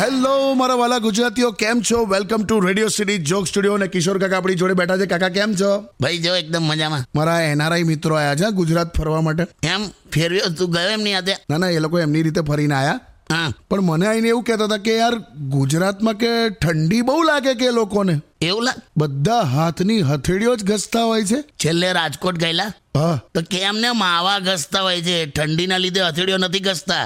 Hello મારા વાલા ગુજરાતીઓ કેમ છો welcome to Radio city Joke Studio અને કિશોર કાકા આપણી જોડે બેઠા છે કાકા કેમ છો ભાઈ જો એકદમ મજામાં મારા એનઆરઆઈ મિત્રો આવ્યા છે ગુજરાત ફરવા માટે એમ ફેરવ્યો તું ગયો એમની હાથે ના ના એ લોકો એમની રીતે ફરીને આવ્યા હા પણ મને આવીને એવું કહેતા હતા કે યાર ગુજરાતમાં કે ઠંડી બહુ લાગે કે એ લોકોને એવું લાગ બધા હાથની હથેળીઓ જ ઘસતા હોય છે છેલ્લે રાજકોટ ગયેલા હા તો કેમ ને માવા ઘસતા હોય છે ઠંડીના લીધે હથેળીઓ નથી ઘસતા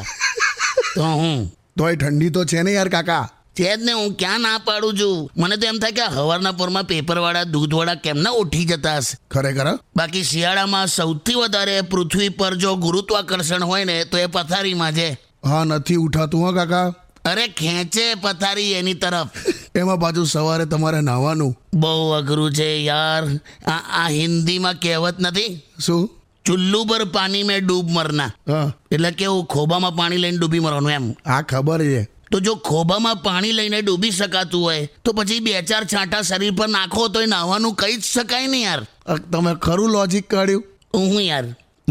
તો હું તો એ ઠંડી તો છે ને યાર કાકા છે જ ને હું ક્યાં ના પાડું છું મને તો એમ થાય કે આ હવારના પોરમાં પેપરવાળા દૂધવાળા કેમ ના ઉઠી જતા હશે ખરેખર હા? બાકી શિયાળામાં સૌથી વધારે પૃથ્વી પર જો ગુરુત્વાકર્ષણ હોય ને તો એ પથારીમાં છે હા નથી ઉઠાતું હા કાકા અરે ખેંચે પથારી એની તરફ એમાં પાછું સવારે તમારે નાહવાનું બહુ અઘરું છે યાર આ આ હિન્દીમાં કહેવત નથી શું ચુલ્લુ પર પાણી મેં ડૂબ મરના હા એટલે કેવું ખોબામાં પાણી લઈને ડૂબી મરવાનું એમ આ ખબર છે તો જો ખોબામાં પાણી લઈને ડૂબી શકાતું હોય તો પછી બે ચાર છાંટા શરીર પર નાખો તોય નાહવાનું કહી જ શકાય ને યાર અ, તમે ખરું લોજિક કાઢ્યું હું યાર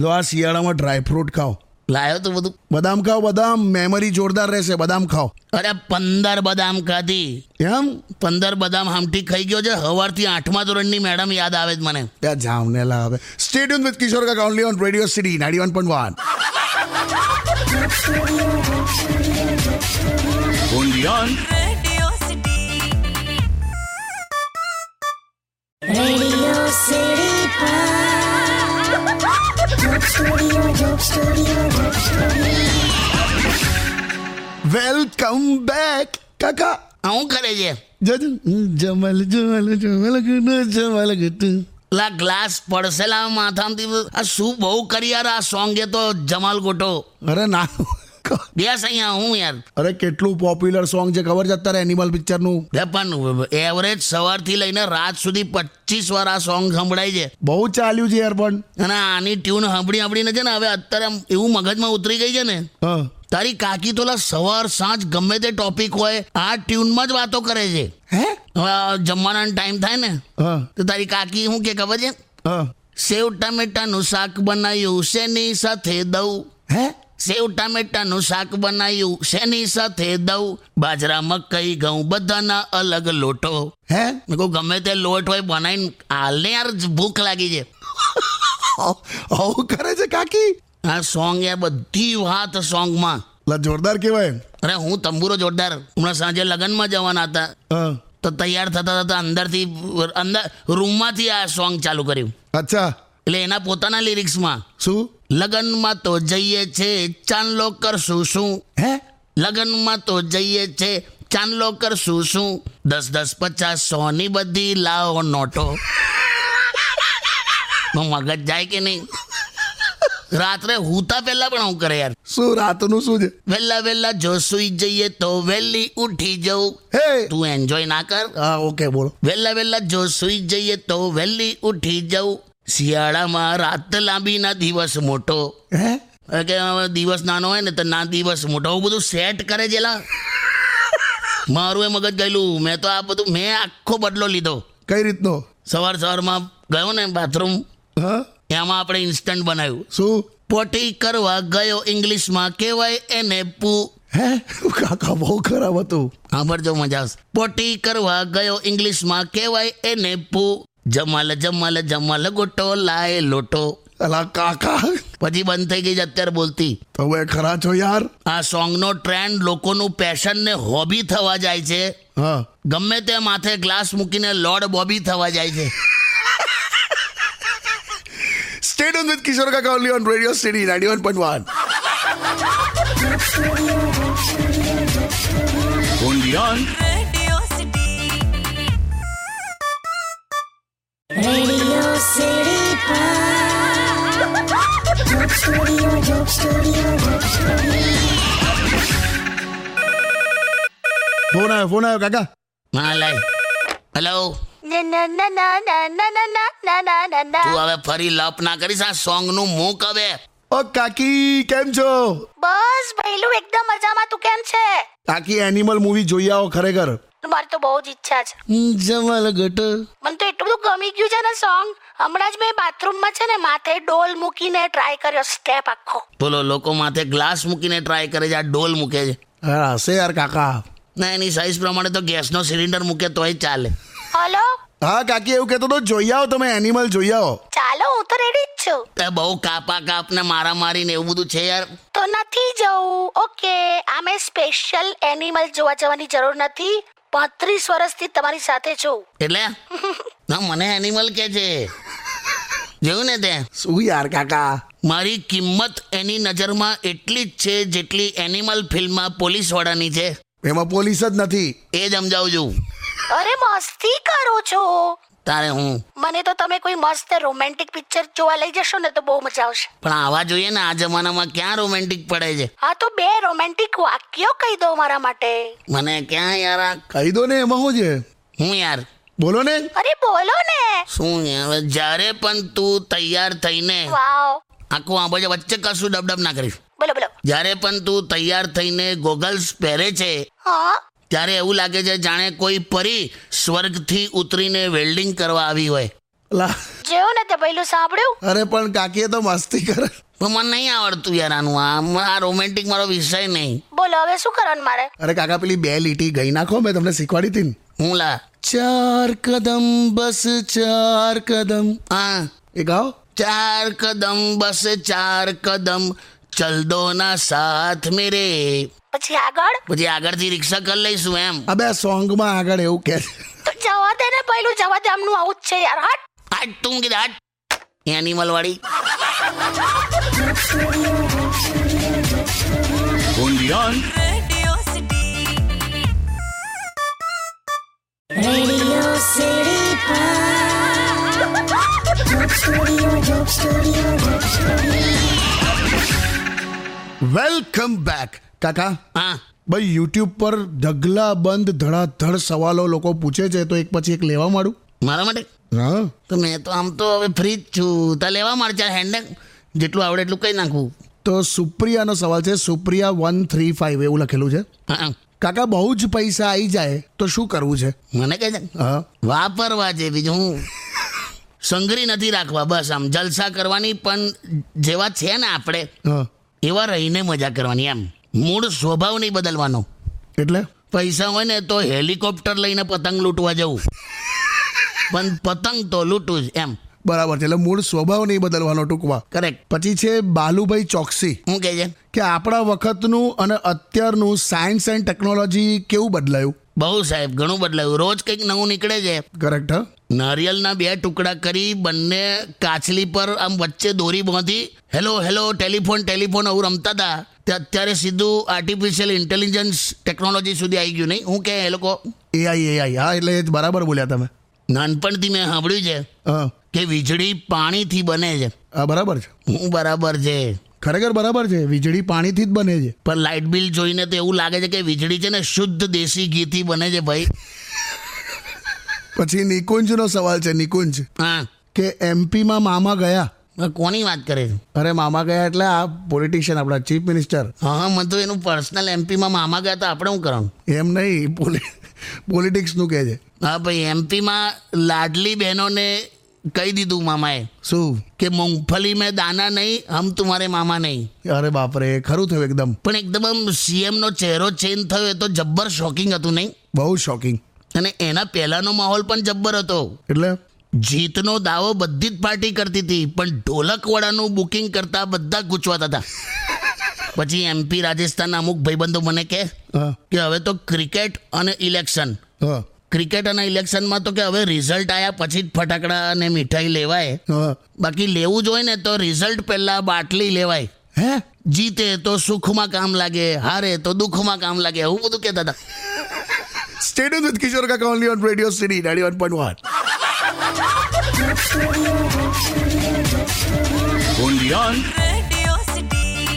લો આ શિયાળામાં ડ્રાયફ્રૂટ ખાઓ લાયો તો બધું બદામ ખાઓ બદામ મેમરી જોરદાર રહેશે બદામ ખાઓ અરે પંદર બદામ ખાધી એમ પંદર બદામ હામટી ખાઈ ગયો છે હવારથી આઠમા ધોરણની મેડમ યાદ આવે જ મને ત્યાં જામને લાવે સ્ટેડિયમ વિથ કિશોર કાકા only on radio city ninety one point one Radio City. Radio City Pod. Joke Studio, Joke Studio, Joke Studio. Welcome back કાકા આ શું કરે છે જજ જમલ જમલ જમલ ગુનો જમલ ગુટુ લા ગ્લાસ પડશે લા માથામાંથી આ શું બહુ કરી યાર આ સોંગે તો જમાલ ગોટો અરે ના બેસ અહીંયા હું યાર અરે કેટલું પોપ્યુલર સોંગ છે ખબર છે અત્યારે એનિમલ પિક્ચરનું બે પણ એવરેજ સવારથી લઈને રાત સુધી પચીસ વાર આ સોંગ સંભળાય છે બહુ ચાલ્યું છે યાર પણ અને આની ટ્યુન સાંભળી સાંભળીને છે ને હવે અત્યારે આમ એવું મગજમાં ઉતરી ગઈ છે ને હા તારી કાકી તો લા સવાર સાંજ ગમે તે ટોપિક હોય આ ટ્યુનમાં જ વાતો કરે છે હે હવે આ જમવાના ટાઈમ થાય ને હા તો તારી કાકી શું કે ખબર છે હા સેવ ટામેટાનું શાક બનાવ્યું શેની સાથે દઉં હે સેવ ટામેટાનું શાક બનાવ્યું શેની સાથે દઉં બાજરા મકઈ ઘઉં બધાના અલગ લોટો હે મેં કહું ગમે તે લોટ હોય બનાવીને હાલને યાર જ ભૂખ લાગી છે આવું આવું કરે છે કાકી આ સોંગ યાર બધી વાત સોંગમાં લા જોરદાર કહેવાય અરે હું તંબુરો જોરદાર હમણાં સાંજે લગ્નમાં જવાના હતા હા તો તૈયાર થતા થતા અંદરથી અંદર રૂમમાંથી આ સોંગ ચાલુ કર્યું અચ્છા એટલે એના પોતાના લિરિક્સમાં શું લગ્નમાં તો જઈએ છે ચાંદલો કરશું શું હે લગ્નમાં તો જઈએ છે ચાંદલો કરશું શું દસ દસ પચાસ સોની બધી લાવો નોટો નો મગજ જાય કે નહીં રાત્રે હુતા પહેલા પણ હું કરે યાર શું રાતનું શું છે વહેલા વહેલા જો સુઈ જઈએ તો વહેલી ઉઠી જવું હે તું એન્જોય ના કર હા ઓકે બોલો વહેલા વહેલા જો સુઈ જઈએ તો વહેલી ઉઠી જવું શિયાળામાં રાત લાંબી ના દિવસ મોટો હે હવે કે હવે દિવસ નાનો હોય ને તો ના દિવસ મોટો આવું બધું સેટ કરે છે લા મારું એ મગજ ગયેલું મેં તો આ બધું મેં આખો બદલો લીધો કઈ રીતનો સવાર સવારમાં ગયો ને બાથરૂમ હા એમાં આપણે ઇન્સ્ટન્ટ બનાવ્યું શું પોટી કરવા ગયો ઇંગ્લિશમાં કહેવાય એને પૂ હે કાકા બહુ ખરાબ હતું સાંભળજો મજા આવશે પોટી કરવા ગયો ઇંગ્લિશમાં કહેવાય એને પૂ જમાલ જમાલ જમાલ ગોટો લાય લોટો અલા કાકા પછી બંધ થઈ ગઈ છે અત્યારે બોલતી તમે ખરા છો યાર આ સોંગનો ટ્રેન્ડ લોકોનું પેશન ને હોબી થવા જાય છે હા ગમે તે માથે ગ્લાસ મૂકીને લોર્ડ બોબી થવા જાય છે સ્ટેડ ઓન વિથ કિશોર કાકા only on radio city ninety one point one Radio City. Radio City Pod. Joke Studio, Joke Studio, Joke Studio. Phone આવ્યો ફોન આવ્યો કાકા હા લાય hello Na na na na na na na na na na na na. તું હવે ફરી લપ ના કરીશ આ સોંગનું મૂક હવે ઓ કાકી કેમ છો બસ ભઈલું એકદમ મજામાં તું કેમ છે કાકી એનિમલ મૂવી જોઈ આવો ખરેખર મારી તો બહુ જ ઈચ્છા છે જમલ ગટ મને તો એટલું બધું ગમી ગયું છે ને સોંગ હમણાં જ મેં બાથરૂમમાં છે ને માથે ડોલ મૂકીને ટ્રાય કર્યો સ્ટેપ આખો બોલો લોકો માથે ગ્લાસ મૂકીને ટ્રાય કરે છે આ ડોલ મૂકે છે હા હશે યાર કાકા ના એની સાઈઝ પ્રમાણે તો ગેસનો સિલિન્ડર મૂકે તોય ચાલે હલો હા કાકી એવું કહેતો તો જોઈ આવો તમે એનિમલ જોઈ આવો ચાલો હું તો રેડી જ છું તે બહુ કાપા કાપને મારા મારીને એવું બધું છે યાર તો નથી જવું ઓકે આમે સ્પેશિયલ એનિમલ જોવા જવાની જરૂર નથી પાંત્રીસ વર્ષથી તમારી સાથે છું એટલે ના મને એનિમલ કે છે જોયું ને તે શું યાર કાકા મારી કિંમત એની નજરમાં એટલી જ છે જેટલી એનિમલ ફિલ્મમાં પોલીસવાળાની છે એમાં પોલીસ જ નથી એ જ સમજાવું છું અરે મસ્તી કરો છો તારે હું મને તો તમે કોઈ મસ્ત રોમેન્ટિક પિક્ચર જોવા લઈ જશો ને તો બહુ મજા આવશે પણ આવા જોઈએ ને આ જમાનામાં ક્યાં રોમેન્ટિક પડે છે હા તો બે રોમેન્ટિક વાક્યો કહી દો મારા માટે મને ક્યાં યાર આ કહી દો ને એમાં શું છે હું યાર બોલો ને અરે બોલો ને શું યાર જ્યારે પણ તું તૈયાર થઈને વાવ આખું આ બધા વચ્ચે કશું ડબડબ ના કરીશ બોલો બોલો જ્યારે પણ તું તૈયાર થઈને ગોગલ્સ પહેરે છે હા ત્યારે એવું લાગે છે જાણે કોઈ પરી સ્વર્ગથી ઉતરીને વેલ્ડિંગ કરવા આવી હોય લા જેવું ને તે પહેલું સાંભળ્યું અરે પણ કાકીએ તો મસ્તી કરે પણ મને નહીં આવડતું યાર આનું આ આ રોમેન્ટિક મારો વિષય નહીં બોલો હવે શું કરવાનું મારે અરે કાકા પેલી બે લીટી ગઈ નાખો મેં તમને શીખવાડી હતી ને. હું લા ચાર કદમ બસ ચાર કદમ હા એ ગાઓ ચાર કદમ બસ ચાર કદમ ચલ દો ના સાથ મેરે પછી આગળ પછી આગળથી રિક્ષા કરી લઈશું એમ આ બે સોંગમાં આગળ એવું કે તો જવા દે ને પહેલું જવા દે આમનું આવું જ છે યાર હટ હાટ તું કીધું હાટ એનિમલ વાળી Radio City. Welcome back Kaka હા ભાઈ યુટ્યુબ પર ઢગલા બંધ ધડાધડ સવાલો લોકો પૂછે છે તો એક પછી એક લેવા માંડું મારા માટે હા તો મેં તો આમ તો હવે ફ્રી જ છું તા લેવા મારે ચાલ હેન્ડેક જેટલું આવડે એટલું કહી નાખું તો સુપ્રિયાનો સવાલ છે સુપ્રિયા વન થ્રી ફાઇવ એવું લખેલું છે હા, હા. કાકા બહુ જ પૈસા આવી જાય તો શું કરવું છે મને કહે છે હા વાપરવા છે બીજું હું સંગરી નથી રાખવા બસ આમ જલસા કરવાની પણ જેવા છે ને આપણે હા એવા રહીને મજા કરવાની એમ મૂળ સ્વભાવ નહીં બદલવાનો એટલે પૈસા હોય ને તો હેલિકોપ્ટર લઈને પતંગ લૂંટવા જવું પણ પતંગ તો લૂંટું જ એમ બરાબર છે એટલે મૂળ સ્વભાવ નહીં બદલવાનો ટૂંકમાં કરેક્ટ પછી છે બાલુભાઈ ચોકસી હું કહે છે કે આપણા વખતનું અને અત્યારનું સાયન્સ એન્ડ ટેકનોલોજી કેવું બદલાયું બહુ સાહેબ ઘણું બદલાયું રોજ કંઈક નવું નીકળે છે કરેક્ટ હ નારિયેલના બે ટુકડા કરી બંને કાચલી પર આમ વચ્ચે દોરી બાંધી હેલો હેલો ટેલિફોન ટેલિફોન આવું રમતા હતા તે અત્યારે સીધું આર્ટિફિશિયલ ઇન્ટેલિજન્સ ટેકનોલોજી સુધી આવી ગયું નહીં હું કે એ લોકો એઆઈ એઆઈ હા એટલે એ જ બરાબર બોલ્યા તમે નાનપણથી મેં સાંભળ્યું છે હા કે વીજળી પાણીથી બને છે હા બરાબર છે હું બરાબર છે ખરેખર બરાબર છે વીજળી પાણીથી જ બને છે પણ લાઇટ બિલ જોઈને તો એવું લાગે છે કે વીજળી છે ને શુદ્ધ દેશી ઘીથી બને છે ભાઈ પછી નિકુંજનો સવાલ છે નિકુંજ હા કે એમપીમાં મામા ગયા હવે કોની વાત કરે છે અરે મામા ગયા એટલે આ પોલિટિશિયન આપણા ચીફ મિનિસ્ટર હા હા મને તો એનું પર્સનલ એમપીમાં મામા ગયા હતા આપણે શું કરવાનું એમ નહીં પોલી પોલિટિક્સનું કહે છે હા ભાઈ એમપીમાં લાડલી બહેનોને કહી દીધું મામાએ શું કે મૂંગફલી મેં દાના નહીં હમ તુમારે મામા નહીં અરે બાપરે ખરું થયું એકદમ પણ એકદમ આમ CM નો ચહેરો ચેન્જ થયો એ તો જબ્બર શોકિંગ હતું નહીં બહુ શોકિંગ અને એના પહેલાંનો માહોલ પણ જબ્બર હતો એટલે જીતનો દાવો બધી જ પાર્ટી કરતી હતી પણ ઢોલકવાળાનું બુકિંગ કરતા બધા ગૂંચવાતા હતા પછી એમપી રાજસ્થાનના અમુક ભાઈબંધો મને કહે હા કે હવે તો ક્રિકેટ અને ઇલેક્શન હા ક્રિકેટ અને ઇલેક્શનમાં તો કે હવે રિઝલ્ટ આવ્યા પછી જ ફટાકડા અને મીઠાઈ લેવાય હા બાકી લેવું જોઈએ ને તો રિઝલ્ટ પહેલા બાટલી લેવાય હે જીતે તો સુખમાં કામ લાગે હારે તો દુઃખમાં કામ લાગે એવું બધું કહેતા હતા સ્ટેડિયમ વિથ કિશોર કાકા only on radio city ninety one point one Radio City.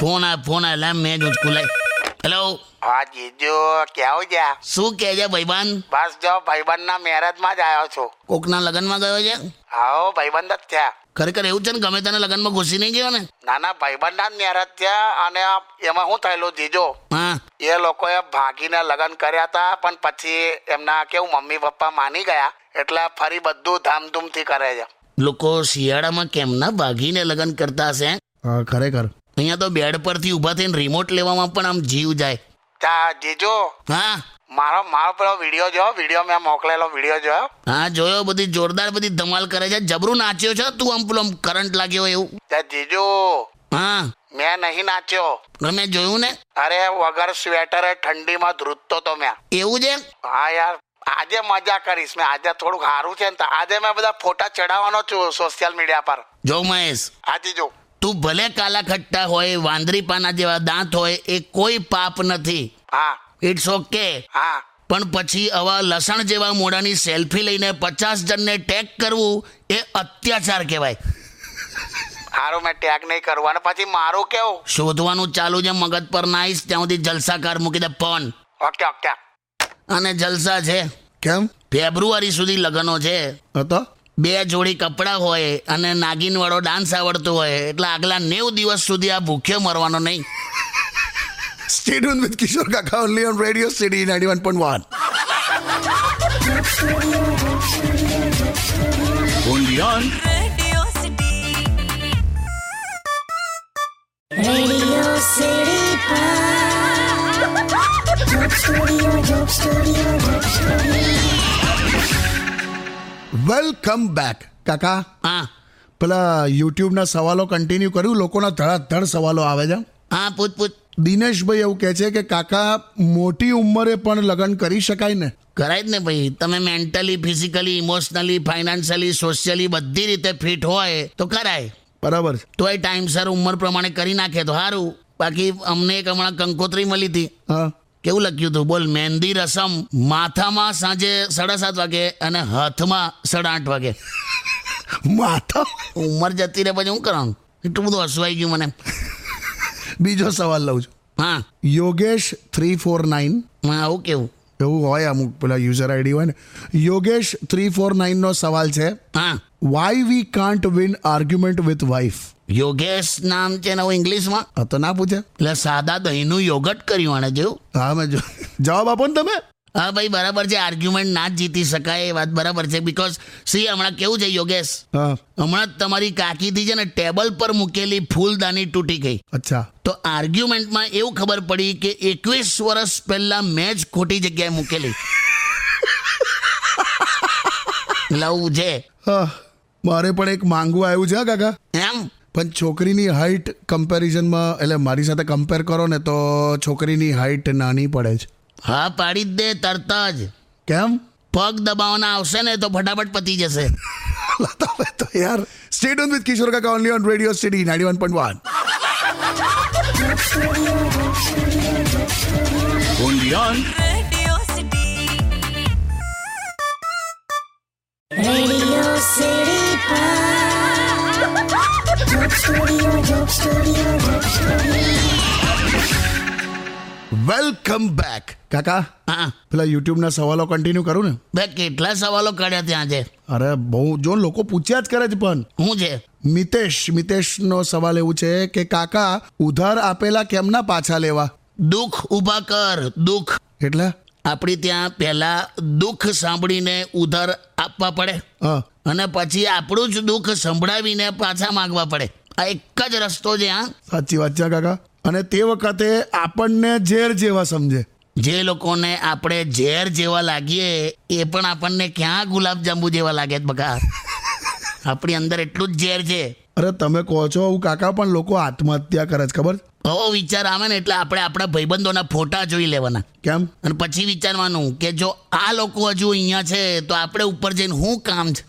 Phone આ ફોન આ લામ મેં જ ઉચકું લાય હેલો હા જીજુ કેવું છે શું કહે છે ભાઈબાન બસ જો ભાઈબંધના મેરેજમાં જ આવ્યો છું કોકના લગ્નમાં ગયો છે આવો ભાઈબંધ જ છે ખરેખર એવું છે ને ગમે તેના લગ્નમાં ઘૂસી નહીં ગયો ને નાના ભાઈબંધના જ મેરેજ છે અને એમાં શું થયેલું જીજુ હા એ લોકોએ ભાગીને લગ્ન કર્યા હતા પણ પછી એમના કેવું મમ્મી પપ્પા માની ગયા એટલે ફરી બધું ધામધૂમથી કરે છે લોકો શિયાળામાં કેમના ભાગીને લગ્ન કરતા હશે હા ખરેખર અહીંયા તો બેડ પરથી ઊભા થઈને રિમોટ લેવામાં પણ આમ જીવ જાય તા જીજુ હા મારો મારો પેલો વિડીયો જોયો વિડીયો મેં મોકલેલો વિડીયો જોયો હા જોયો બધી જોરદાર બધી ધમાલ કરે છે જબરું નાચ્યો છે તું આમ પેલો આમ કરંટ લાગ્યો એવું તે જીજુ હા મેં નહીં નાચ્યો તમે જોયું ને અરે વગર સ્વેટરે ઠંડીમાં ધ્રુજતો તો મેં એવું છે હા યાર આજે મજા કરીશ મેં આજે થોડુંક સારું છે ને તો આજે મેં બધા ફોટા ચડાવવાનો છું સોશિયલ મીડિયા પર જો મહેશ હા જીજુ તું ભલે કાલા ખટ્ટા હોય વાંદરી પાના જેવા દાંત હોય એ કોઈ પાપ નથી હા ઇટ્સ ઓકે હા પણ પછી આવા લસણ જેવા મોઢાની સેલ્ફી લઈને પચાસ જણને ટેગ કરવું એ અત્યાચાર કહેવાય સારું મેં ટેગ નહીં કરવું અને પછી મારું કેવું શોધવાનું ચાલુ છે મગજ પર નાઈશ ત્યાં સુધી જલસાકાર મૂકી દે ફોન ઓકે ઓકે અને જલસા છે કેમ ફેબ્રુઆરી સુધી લગ્નો છે હતો બે જોડી કપડાં હોય અને નાગિનવાળો ડાન્સ આવડતો હોય એટલે આગલા નેવ દિવસ સુધી આ ભૂખ્યો મરવાનો નહીં સ્ટેડિયમ વિથ કિશોર કાકા only on radio city ninety one point one Radio City. Radio City Pod. Joke Studio, Joke Studio, Joke Studio. Welcome back Kaka હા પેલા યુટ્યુબના સવાલો કન્ટિન્યુ કર્યું લોકોના ધડાધડ સવાલો આવે છે હા પૂછ પૂછ દિનેશભાઈ એવું કહે છે કે કાકા મોટી ઉંમરે પણ લગ્ન કરી શકાય ને કરાય જ ને ભાઈ તમે mentally physically emotionally financially socially બધી રીતે ફિટ હોય તો કરાય બરાબર છે તો એ ટાઈમસર ઉંમર પ્રમાણે કરી નાખે તો સારું બાકી અમને એક હમણાં કંકોત્રી મળી હતી હા કેવું લખ્યું હતું બોલ મહેંદી રસમ માથામાં સાંજે સાડા સાત વાગે અને હાથમાં સાડા આઠ વાગે માથા ઉંમર જતી રહે પછી હું કરવાનું એટલું બધું હસવાઈ ગયું મને બીજો સવાલ લઉં છું હા યોગેશ થ્રી ફોર નાઇન હા, આવું કેવું એવું હોય અમુક પેલા યુઝર આઈડી હોય ને યોગેશ થ્રી ફોર નાઇનનો સવાલ છે હા why we can't win argument with wife Yogesh નામ છે ને ઇંગ્લિશમાં આ તો ના પૂછે એટલે સાદા દહીંનું યોગટ કર્યું આણે જેવું હા મેં જો- જવાબ આપો ને તમે હા ભાઈ બરાબર છે આર્ગ્યુમેન્ટ ના જ જીતી શકાય એ વાત બરાબર છે બીકોઝ સી હમણાં કેવું છે યોગેશ હા હમણાં જ તમારી કાકીથી છે ને ટેબલ પર મૂકેલી ફૂલદાની તૂટી ગઈ અચ્છા તો આર્ગ્યુમેન્ટમાં એવું ખબર પડી કે એકવીસ વર્ષ પહેલા મેં જ ખોટી જગ્યાએ મૂકેલી લવું છે હા મારે પણ એક માંગવું આવ્યું છે હા, કાકા એમ પણ છોકરીની હાઈટ કમ્પેરિઝનમાં એટલે મારી સાથે કમ્પેર કરો ને તો છોકરીની હાઈટ નાની પડે છે હા પાડી જ દે તરત જ કેમ પગ દબાવવાના આવશે ને તો ફટાફટ પતી જશે તમે તો યાર સ્ટેટ ઓન વિથ કિશોર કાકા only on radio city ninety one point one Radio City. Radio City Pod. Joke Studio, Joke Studio, Joke Studio. Welcome back Kaka હા પેલા યુટ્યુબના સવાલો કન્ટિન્યુ કરું ને બે કેટલા સવાલો કાઢ્યા ત્યાં છે અરે બહુ જો લોકો પૂછ્યા જ કરે છે પણ શું છે મિતેશ મિતેશનો સવાલ એવું છે કે કાકા ઉધાર આપેલા કેમના પાછા લેવા દુઃખ ઊભા કર દુઃખ એટલે આપણી ત્યાં પહેલા દુઃખ સાંભળીને ઉધાર આપવા પડે હા અને પછી આપણું જ દુઃખ સંભળાવીને પાછા માંગવા પડે આ એક જ રસ્તો છે હા સાચી વાત છે કાકા અને તે વખતે આપણને ઝેર જેવા સમજે જે લોકોને આપણે ઝેર જેવા લાગીએ એ પણ આપણને ક્યાં ગુલાબજાંબુ જેવા લાગે છે બકા આપણી અંદર એટલું જ ઝેર છે અરે તમે કહો છો હું કાકા પણ લોકો આત્મહત્યા કરે છે ખબર આવો વિચાર આવે ને એટલે આપણે આપણા ભાઈબંધોના ફોટા જોઈ લેવાના કેમ અને પછી વિચારવાનું કે જો આ લોકો હજુ અહીંયા છે તો આપણે ઉપર જઈને શું કામ છે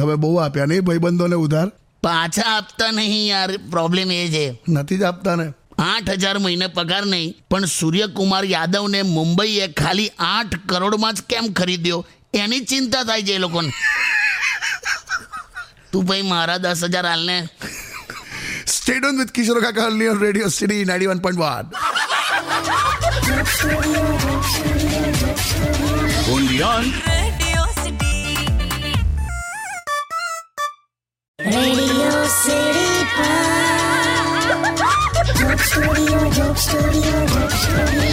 તમે બહુ આપ્યા નહીં ભાઈબંધોને ઉધાર પાછા આપતા નહીં યાર પ્રોબ્લેમ એ છે નથી જ આપતા ને આઠ હજાર મહિને પગાર નહીં પણ સૂર્યકુમાર યાદવને મુંબઈએ ખાલી આઠ કરોડમાં જ કેમ ખરીદ્યો એની ચિંતા થાય છે એ લોકોને તું ભાઈ મારા દસ હજાર હાલને સ્ટેડ ઓન વિથ કિશોર કાકા only on radio city ninety one point one Radio City. Radio City Pod. Joke Studio, Joke Studio, Joke Studio.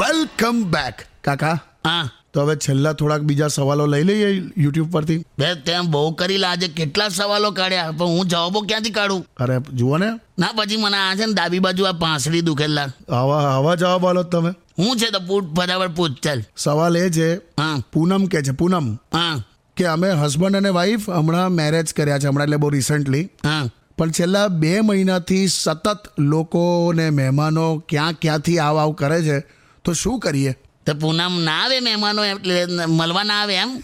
Welcome back Kaka હા તો હવે છેલ્લા થોડાક બીજા સવાલો લઈ લઈએ યુટ્યુબ પરથી બે તેમ બહુ કરી લા આજે કેટલા સવાલો કાઢ્યા પણ હું જવાબો ક્યાંથી કાઢું અરે જુઓ ને ના પછી મને આ છે ને ડાબી બાજુ આ પાંસળી દુખેલા આવા આવા જવાબ આલો જ તમે હું છે તો પૂટ ફટાફટ પૂછ ચાલ સવાલ એ છે હા પૂનમ કે છે પૂનમ હા કે અમે હસબન્ડ અને વાઈફ હમણાં મેરેજ કર્યા છે હમણાં એટલે બહુ રિસન્ટલી હા પણ છેલ્લા બે મહિનાથી સતત લોકો ને મહેમાનો ક્યાં ક્યાંથી આવ આવ કરે છે તો શું કરીએ તો પૂનમ ના આવે મહેમાનો એટલે મળવા ના આવે એમ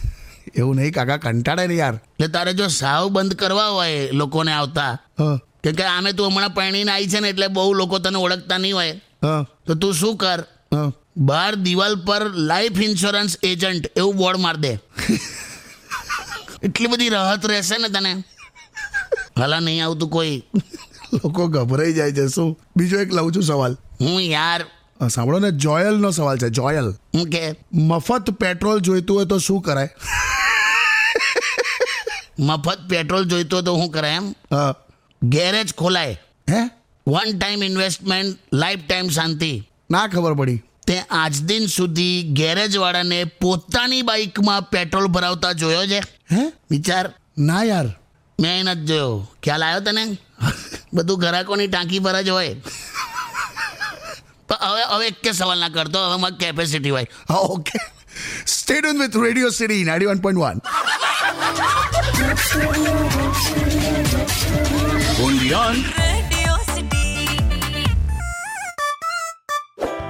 એવું નહીં કાકા કંટાળે ને યાર એટલે તારે જો સાવ બંધ કરવા હોય લોકોને આવતા હા કેમ કે આમે તું હમણાં પરણીને આવી છે ને એટલે બહુ લોકો તને ઓળખતા નહીં હોય હા તો તું શું કર હા બહાર દિવાલ પર લાઈફ ઇન્સ્યોરન્સ એજન્ટ એવું બોર્ડ માર દે એટલી બધી રાહત રહેશે ને તને હલા નહીં આવતું કોઈ લોકો ગભરાઈ જાય છે શું બીજો એક લઉં છું સવાલ હું યાર હા, સાંભળો ને જોયલનો સવાલ છે જોયલ હું કે મફત પેટ્રોલ જોઈતું હોય તો શું કરાય મફત પેટ્રોલ જોઈતો તો હું કરાય એમ હા ગેરેજ ખોલાય હે one time investment life time શાંતિ ના ખબર પડી તે આજ દિન સુધી ગેરેજવાળાને પોતાની બાઇકમાં પેટ્રોલ ભરાવતા જોયો છે હે વિચાર ના યાર મેં નથી જોયો ખ્યાલ આવ્યો તને બધું ગ્રાહકોની ટાંકી પર જ હોય પણ હવે હવે એક સવાલ ના કરતો હવે મારી કેપેસિટી હોય હા okay stay tune with radio city 91.1 Radio City.